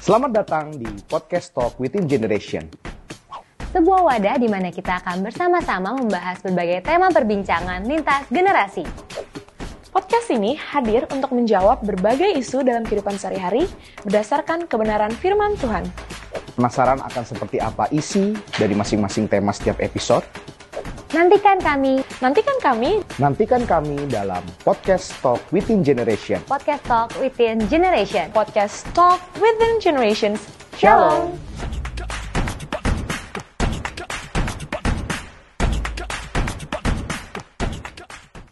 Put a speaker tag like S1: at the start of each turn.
S1: Selamat datang di Podcast Talk Within Generation.
S2: Sebuah wadah di mana kita akan bersama-sama membahas berbagai tema perbincangan lintas generasi.
S3: Podcast ini hadir untuk menjawab berbagai isu dalam kehidupan sehari-hari berdasarkan kebenaran firman Tuhan.
S1: Penasaran akan seperti apa isi dari masing-masing tema setiap episode?
S2: Nantikan kami
S3: Nantikan kami
S1: Nantikan kami dalam Podcast Talk Within Generation.
S2: Podcast Talk Within Generation.
S3: podcast Talk Within Generations. Shalom.
S2: Shalom.